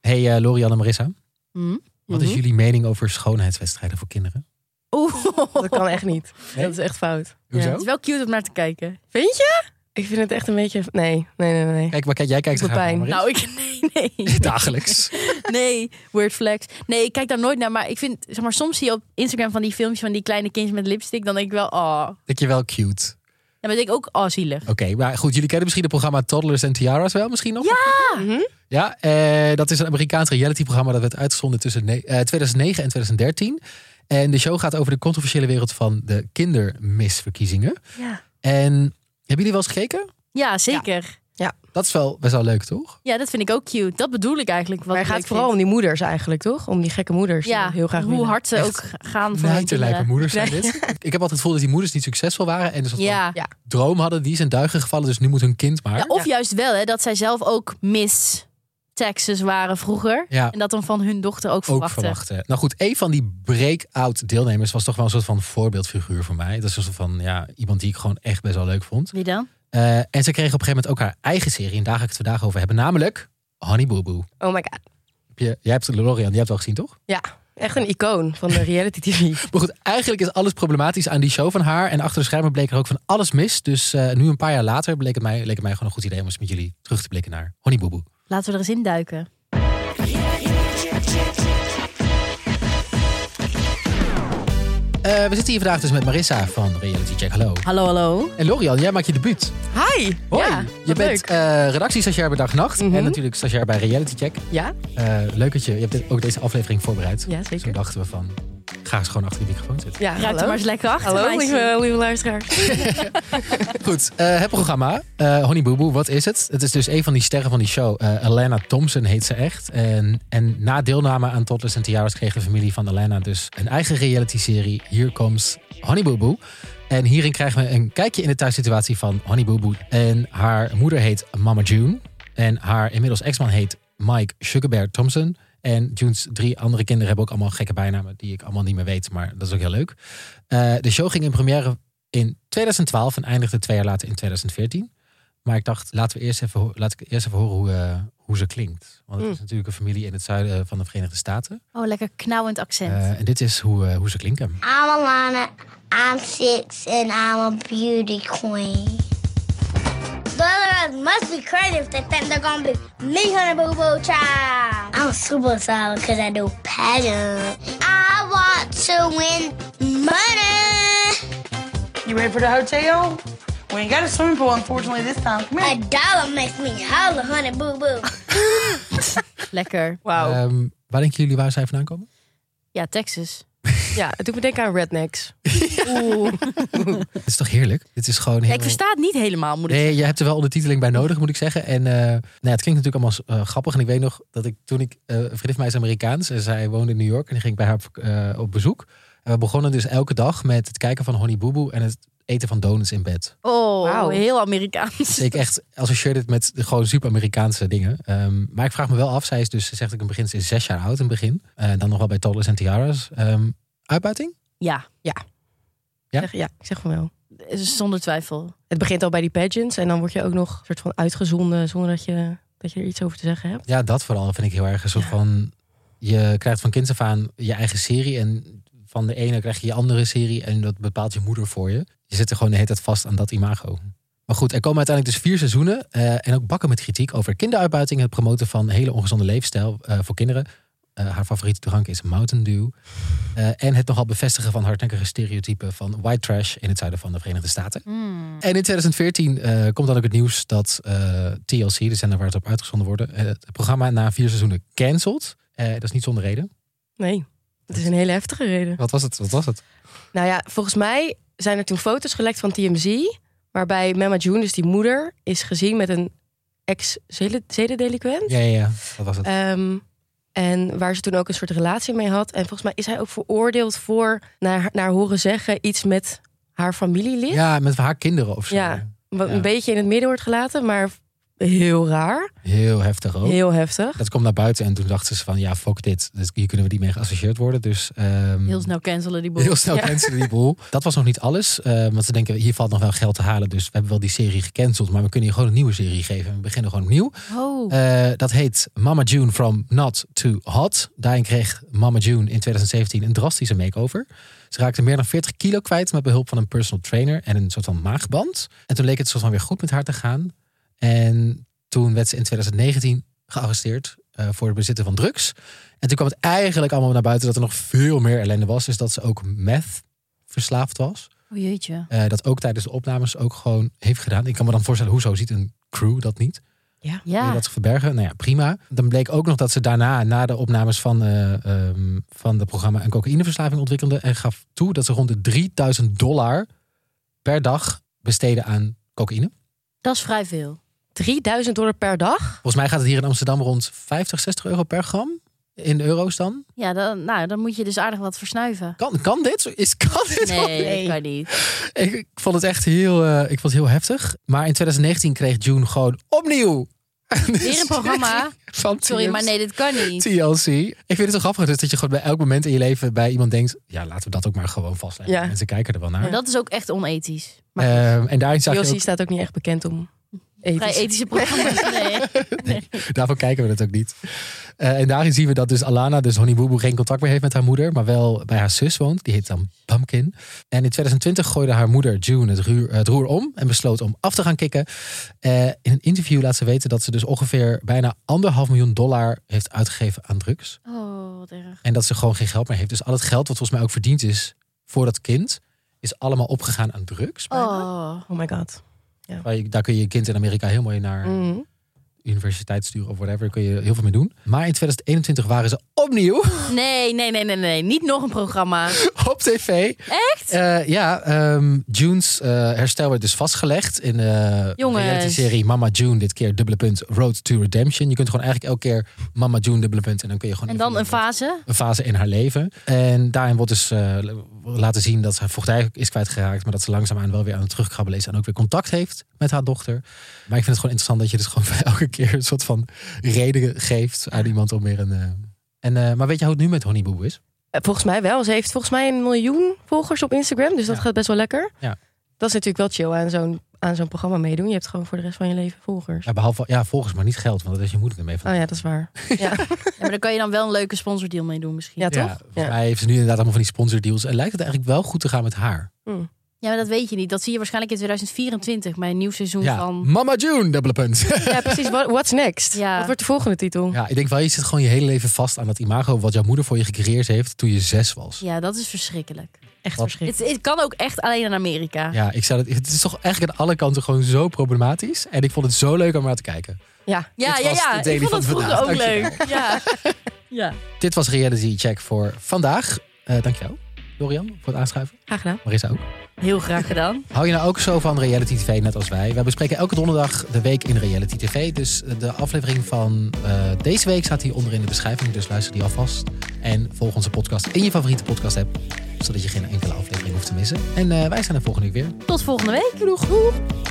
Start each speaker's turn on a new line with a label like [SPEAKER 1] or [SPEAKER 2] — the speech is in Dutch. [SPEAKER 1] Hey eh, Lorianne en Marissa, wat
[SPEAKER 2] Hm?
[SPEAKER 1] is jullie mening over schoonheidswedstrijden voor kinderen?
[SPEAKER 2] Oeh,
[SPEAKER 3] Dat kan echt niet.
[SPEAKER 1] Nee?
[SPEAKER 3] Dat is echt fout.
[SPEAKER 1] Hoezo?
[SPEAKER 2] het is wel cute om naar te kijken.
[SPEAKER 3] Vind je? Ik vind het echt een beetje... Nee, nee, nee, nee.
[SPEAKER 1] Kijk, maar kijk, jij kijkt er
[SPEAKER 3] Doet
[SPEAKER 1] graag naar,
[SPEAKER 3] pijn.
[SPEAKER 1] Marissa.
[SPEAKER 2] Nou, ik, nee, nee.
[SPEAKER 1] Dagelijks.
[SPEAKER 2] Nee, weird flex. Nee, ik kijk daar nooit naar. Maar ik vind, zeg maar, soms zie je op Instagram van die filmpjes van die kleine kindjes met lipstick. Dan denk ik wel, oh.
[SPEAKER 1] Denk je wel cute.
[SPEAKER 2] Dan ben ik ook, oh, zielig.
[SPEAKER 1] Oké, maar goed, jullie kennen misschien het programma Toddlers en Tiaras wel misschien nog? Ja!
[SPEAKER 3] Mhm.
[SPEAKER 1] Ja, eh, dat is een Amerikaans realityprogramma dat werd uitgezonden tussen ne- eh, 2009 en 2013. En de show gaat over de controversiële wereld van de kindermisverkiezingen.
[SPEAKER 3] Ja.
[SPEAKER 1] En hebben jullie wel eens gekeken?
[SPEAKER 2] Ja, zeker.
[SPEAKER 1] Dat is wel best wel leuk, toch?
[SPEAKER 2] Ja, dat vind ik ook cute. Dat bedoel ik eigenlijk. Wat
[SPEAKER 3] Maar
[SPEAKER 2] ik
[SPEAKER 3] het gaat
[SPEAKER 2] leuk
[SPEAKER 3] vooral om
[SPEAKER 2] vind.
[SPEAKER 3] die moeders eigenlijk, toch? Om die gekke moeders die
[SPEAKER 2] ja,
[SPEAKER 3] heel graag
[SPEAKER 2] hoe
[SPEAKER 3] willen.
[SPEAKER 2] hard ze
[SPEAKER 1] Echt
[SPEAKER 2] ook g- gaan voor hun
[SPEAKER 1] Nijterlijke
[SPEAKER 2] kinderen.
[SPEAKER 1] moeders zijn dit. Ik heb altijd het gevoel dat die moeders niet succesvol waren. En dus een
[SPEAKER 2] Ja.
[SPEAKER 3] Ja.
[SPEAKER 1] droom hadden. Die zijn duigen gevallen, dus nu moet hun kind maar.
[SPEAKER 2] ja, of juist wel, hè, dat zij zelf ook Miss Texas waren vroeger.
[SPEAKER 1] Ja.
[SPEAKER 2] En dat dan van hun dochter ook
[SPEAKER 1] ook
[SPEAKER 2] verwachten.
[SPEAKER 1] verwachten. Nou goed, een van die breakout deelnemers was toch wel een soort van voorbeeldfiguur voor mij. Dat is een soort van ja, iemand die ik gewoon echt best wel leuk vond.
[SPEAKER 2] Wie dan?
[SPEAKER 1] Eh, en ze kreeg op een gegeven moment ook haar eigen serie. En daar ga ik het vandaag over hebben. Namelijk Honey Boo Boo.
[SPEAKER 3] Oh my god.
[SPEAKER 1] Heb je, jij hebt Lorian, die hebt het al gezien toch?
[SPEAKER 3] Ja, echt een icoon van de reality tv.
[SPEAKER 1] Maar goed, eigenlijk is alles problematisch aan die show van haar. En achter de schermen bleek er ook van alles mis. Dus eh, nu een paar jaar later bleek het, mij, leek het mij gewoon een goed idee om eens met jullie terug te blikken naar Honey Boo Boo.
[SPEAKER 2] Laten we er eens in duiken.
[SPEAKER 1] Eh, we zitten hier vandaag dus met Marissa van Reality Check. Hallo.
[SPEAKER 2] Hallo, hallo.
[SPEAKER 1] En Lorian, jij maakt je debuut.
[SPEAKER 3] Hi!
[SPEAKER 1] Hoi.
[SPEAKER 3] Ja,
[SPEAKER 1] je
[SPEAKER 3] wat
[SPEAKER 1] bent
[SPEAKER 3] leuk.
[SPEAKER 1] eh redactiestagiair bij Dag Nacht.
[SPEAKER 3] Mhm.
[SPEAKER 1] En natuurlijk stagiair bij Reality Check.
[SPEAKER 3] Ja?
[SPEAKER 1] Eh, leuk dat je, je hebt dit- ook deze aflevering voorbereid.
[SPEAKER 3] Ja,
[SPEAKER 1] Zo
[SPEAKER 3] zeker.
[SPEAKER 1] dachten we van, ga eens gewoon achter die microfoon zitten.
[SPEAKER 3] Ja,
[SPEAKER 2] Ruikt er
[SPEAKER 3] hallo.
[SPEAKER 2] maar eens lekker achter.
[SPEAKER 3] Hallo,
[SPEAKER 2] meisje.
[SPEAKER 3] lieve, lieve luisteraars.
[SPEAKER 1] Goed, eh, het programma. eh Honey Boo Boo, wat is het? Het is dus een van die sterren van die show. Eh Elena Thompson heet ze echt. En, en na deelname aan Toddlers en Tiaras kreeg de familie van Elena dus een eigen reality-serie. Hier komt Honey Boo Boo. En hierin krijgen we een kijkje in de thuissituatie van Honey Boo Boo. En haar moeder heet Mama June. En haar inmiddels ex-man heet Mike Sugarbear Thompson. En June's drie andere kinderen hebben ook allemaal gekke bijnamen die ik allemaal niet meer weet. Maar dat is ook heel leuk. Eh, de show ging in première in 2012 en eindigde twee jaar later in 2014. Maar ik dacht, laten we eerst even, ho- laat ik eerst even horen hoe, eh, hoe ze klinkt. Want het
[SPEAKER 3] Mm.
[SPEAKER 1] is natuurlijk een familie in het zuiden eh, van de Verenigde Staten.
[SPEAKER 2] Oh, lekker knauwend accent.
[SPEAKER 1] Eh, en dit is hoe, eh, hoe ze klinken.
[SPEAKER 4] I'm Alana. I'm six and I'm a beauty queen. Brothers must be crazy if they think they're gonna be me, honey boo boo child. I'm super solid because I do pageant. I want to win money.
[SPEAKER 5] You ready for the hotel? We ain't got a swimming pool, unfortunately, this time. Come
[SPEAKER 4] A
[SPEAKER 5] here.
[SPEAKER 4] dollar makes me holler, honey boo boo.
[SPEAKER 2] Lekker.
[SPEAKER 3] Wauw.
[SPEAKER 1] Ehm, waar denken jullie waar zij vandaan komen?
[SPEAKER 2] Ja, Texas.
[SPEAKER 3] Ja, het doet me denken aan rednecks.
[SPEAKER 1] Het is toch heerlijk? Dit is gewoon heel...
[SPEAKER 2] Ik versta het niet helemaal, moet ik
[SPEAKER 1] Nee, je hebt er wel ondertiteling bij nodig, moet ik zeggen. En eh, nou ja, het klinkt natuurlijk allemaal eh, grappig. En ik weet nog dat ik toen ik... eh, een vriendin van mij is Amerikaans en zij woonde in New York. En die ging ik bij haar op, eh, op bezoek. En we begonnen dus elke dag met het kijken van Honey Boo Boo... en het eten van donuts in bed.
[SPEAKER 2] Oh,
[SPEAKER 3] Wauw.
[SPEAKER 2] heel Amerikaans.
[SPEAKER 1] Dus ik echt associeer dit met de gewoon super Amerikaanse dingen. Ehm, maar ik vraag me wel af, zij is dus, ze zegt ik in het begin, ze is zes jaar oud in het begin. Eh, dan nog wel bij Toddlers en Tiaras. Ehm, uitbuiting?
[SPEAKER 2] Ja,
[SPEAKER 1] Ja?
[SPEAKER 3] Zeg- ja, ik zeg van wel.
[SPEAKER 2] zonder twijfel.
[SPEAKER 3] Het begint al bij die pageants en dan word je ook nog soort van uitgezonden zonder dat je, dat je er iets over te zeggen hebt.
[SPEAKER 1] Ja, dat vooral vind ik heel erg een soort van... Je krijgt van kinds af aan je eigen serie en van de ene krijg je je andere serie en dat bepaalt je moeder voor je. Je zit er gewoon de hele tijd vast aan dat imago. Maar goed, er komen uiteindelijk dus vier seizoenen eh, en ook bakken met kritiek over kinderuitbuiting, het promoten van hele ongezonde leefstijl eh, voor kinderen. Eh, haar favoriete drank is Mountain Dew. Eh, en het nogal bevestigen van hardnekkige stereotypen van white trash in het zuiden van de Verenigde Staten. En in 2014 eh, komt dan ook het nieuws dat eh, TLC, de zender waar het op uitgezonden wordt, eh, het programma na vier seizoenen cancelt. Eh, dat is niet zonder reden.
[SPEAKER 3] Nee, het is een hele heftige reden.
[SPEAKER 1] Wat was het? Wat was het?
[SPEAKER 3] Nou ja, volgens mij zijn er toen foto's gelekt van TMZ. Waarbij Mama June, dus die moeder, is gezien met een ex-zedendeliquent.
[SPEAKER 1] Ja, ja, ja. Wat was het?
[SPEAKER 2] Eh,
[SPEAKER 3] Ehm, en waar ze toen ook een soort relatie mee had. En volgens mij is hij ook veroordeeld voor, naar, naar horen zeggen, iets met haar familielid.
[SPEAKER 1] ja, met haar kinderen of zo.
[SPEAKER 3] Ja. Wat
[SPEAKER 1] Ja.
[SPEAKER 3] een beetje in het midden wordt gelaten, maar heel raar.
[SPEAKER 1] Heel heftig ook.
[SPEAKER 3] Heel heftig.
[SPEAKER 1] Dat kwam naar buiten en toen dachten ze van ja, fuck dit. Dus hier kunnen we niet mee geassocieerd worden. Dus ehm,
[SPEAKER 2] Heel snel Nou, cancelen die boel.
[SPEAKER 1] heel snel
[SPEAKER 3] Ja.
[SPEAKER 1] cancelen die boel. Dat was nog niet alles. eh, want ze denken, hier valt nog wel geld te halen. Dus we hebben wel die serie gecanceld. Maar we kunnen je gewoon een nieuwe serie geven. We beginnen gewoon opnieuw.
[SPEAKER 2] Oh,
[SPEAKER 1] Eh, dat heet Mama June From Not to Hot. Daarin kreeg Mama June in 2017 een drastische makeover. Ze raakte meer dan 40 kilo kwijt met behulp van een personal trainer en een soort van maagband. En toen leek het soort van weer goed met haar te gaan. En toen werd ze in 2019 gearresteerd eh, voor het bezitten van drugs. En toen kwam het eigenlijk allemaal naar buiten dat er nog veel meer ellende was. Dus dat ze ook meth verslaafd was.
[SPEAKER 2] oh jeetje.
[SPEAKER 1] Eh, dat ook tijdens de opnames ook gewoon heeft gedaan. Ik kan me dan voorstellen, hoezo ziet een crew dat niet? Wil
[SPEAKER 2] Ja.
[SPEAKER 1] je dat verbergen? Nou ja, prima. Dan bleek ook nog dat ze daarna, na de opnames van, eh ehm, van het programma, een cocaïneverslaving ontwikkelde. En gaf toe dat ze rond de 3000 dollar per dag besteden aan cocaïne.
[SPEAKER 2] Dat is vrij veel.
[SPEAKER 3] 3000 dollar per dag?
[SPEAKER 1] Volgens mij gaat het hier in Amsterdam rond 50, 60 euro per gram. In euro's dan?
[SPEAKER 2] Ja, dan, nou, dan moet je dus aardig wat versnuiven.
[SPEAKER 1] Kan, kan dit? Is, kan dit?
[SPEAKER 2] Nee, dat kan niet.
[SPEAKER 1] Ik, ik vond het echt heel, eh, ik vond het heel heftig. Maar in 2019 kreeg June gewoon opnieuw.
[SPEAKER 2] Weer een programma.
[SPEAKER 1] Van
[SPEAKER 2] Sorry, maar
[SPEAKER 1] TMZ.
[SPEAKER 2] nee, dit kan niet.
[SPEAKER 1] TLC. Ik vind het zo grappig dus dat je gewoon bij elk moment in je leven bij iemand denkt... ja, laten we dat ook maar gewoon vastleggen.
[SPEAKER 3] Ja.
[SPEAKER 1] Mensen kijken er wel naar.
[SPEAKER 2] Maar dat is ook echt onethisch. Maar
[SPEAKER 1] Ehm, en daarin zag je
[SPEAKER 3] Josie
[SPEAKER 1] ook,
[SPEAKER 3] staat ook niet echt bekend om
[SPEAKER 2] vrij
[SPEAKER 3] ethisch.
[SPEAKER 2] ethische programma's. Nee.
[SPEAKER 1] daarvoor kijken we het ook niet. Eh, en daarin zien we dat dus Alana, dus Honey Boo Boo, geen contact meer heeft met haar moeder, maar wel bij haar zus woont. Die heet dan Pumpkin. En in 2020 gooide haar moeder June het roer, het roer om en besloot om af te gaan kicken. Eh, in een interview laat ze weten dat ze dus ongeveer bijna anderhalf miljoen dollar heeft uitgegeven aan drugs.
[SPEAKER 2] Oh, wat erg.
[SPEAKER 1] En dat ze gewoon geen geld meer heeft. Dus al het geld wat volgens mij ook verdiend is voor dat kind, is allemaal opgegaan aan drugs.
[SPEAKER 2] Oh.
[SPEAKER 3] Oh my god.
[SPEAKER 1] Waar je- Daar kun je je kind in Amerika heel mooi naar
[SPEAKER 2] Mhm.
[SPEAKER 3] Mm.
[SPEAKER 1] universiteit sturen of whatever. Daar kun je heel veel mee doen. Maar in 2021 waren ze opnieuw
[SPEAKER 2] Nee, nee, nee, nee, nee. Niet nog een programma.
[SPEAKER 1] op tv.
[SPEAKER 2] Echt?
[SPEAKER 1] Eh, ja, ehm, June's eh, herstel werd dus vastgelegd in eh, de
[SPEAKER 2] Jongens.
[SPEAKER 1] reality-serie Mama June. Dit keer dubbele punt Road to Redemption. Je kunt gewoon eigenlijk elke keer Mama June dubbele punt en dan kun je gewoon
[SPEAKER 2] En
[SPEAKER 1] even
[SPEAKER 2] dan een fase?
[SPEAKER 1] een fase in haar leven. En daarin wordt dus eh, laten zien dat ze vochtdij is kwijtgeraakt. Maar dat ze langzaamaan wel weer aan het terugkrabbelen is. En ook weer contact heeft met haar dochter. Maar ik vind het gewoon interessant dat je dus gewoon bij elke keer een soort van reden geeft aan iemand om weer een. eh, en, eh, maar weet je hoe het nu met Honey Boo Boo is?
[SPEAKER 3] Eh, Volgens mij wel. Ze heeft volgens mij een miljoen volgers op Instagram. Dus dat gaat best wel lekker.
[SPEAKER 1] Ja.
[SPEAKER 3] Dat is natuurlijk wel chill aan zo'n aan zo'n programma meedoen. Je hebt gewoon voor de rest van je leven volgers.
[SPEAKER 1] Ja, behalve ja, volgens maar niet geld, want dat is je moeder ermee van.
[SPEAKER 3] Oh ja, dat is waar. Ja,
[SPEAKER 2] Ja, maar dan kan je dan wel een leuke sponsordeal mee doen misschien.
[SPEAKER 3] ja
[SPEAKER 2] Ja.
[SPEAKER 3] toch?
[SPEAKER 1] volgens mij heeft ze nu inderdaad allemaal van die sponsordeals. En lijkt het eigenlijk wel goed te gaan met haar.
[SPEAKER 2] maar dat weet je niet. Dat zie je waarschijnlijk in 2024 bij een nieuw seizoen
[SPEAKER 1] Ja,
[SPEAKER 2] van...
[SPEAKER 1] Mama June, dubbele punt.
[SPEAKER 3] Ja, precies. What- What's next?
[SPEAKER 2] Ja.
[SPEAKER 3] Wat wordt de volgende titel?
[SPEAKER 1] ja, ik denk wel, je zit gewoon je hele leven vast aan dat imago wat jouw moeder voor je gecreëerd heeft toen je zes was.
[SPEAKER 2] Ja, dat is verschrikkelijk.
[SPEAKER 3] Echt
[SPEAKER 1] Wat-
[SPEAKER 3] verschrikkelijk.
[SPEAKER 2] Het, het kan ook echt alleen in Amerika.
[SPEAKER 1] Ja, ik zou dat, het is toch eigenlijk aan alle kanten gewoon zo problematisch. En ik vond het zo leuk om naar te kijken.
[SPEAKER 3] Ja.
[SPEAKER 2] Ja,
[SPEAKER 1] Dit
[SPEAKER 2] ja,
[SPEAKER 1] was de
[SPEAKER 2] ja.
[SPEAKER 1] daily
[SPEAKER 2] Ik vond
[SPEAKER 1] van
[SPEAKER 2] het vroeger
[SPEAKER 1] vandaag.
[SPEAKER 2] ook leuk. Ja. ja.
[SPEAKER 1] Dit was Reality Check voor vandaag. Eh dankjewel, Dorian, voor het aanschuiven.
[SPEAKER 3] Graag gedaan.
[SPEAKER 1] Marissa ook.
[SPEAKER 2] Heel graag gedaan.
[SPEAKER 1] Hou je nou ook zo van Reality TV, net als wij? Wij bespreken elke donderdag de week in Reality TV. Dus de aflevering van eh, deze week staat hier onder in de beschrijving. Dus luister die alvast. En volg onze podcast in je favoriete podcast app. Zodat je geen enkele aflevering hoeft te missen. En eh, wij zijn er volgende week weer.
[SPEAKER 2] Tot volgende week.
[SPEAKER 1] Doei, doeg.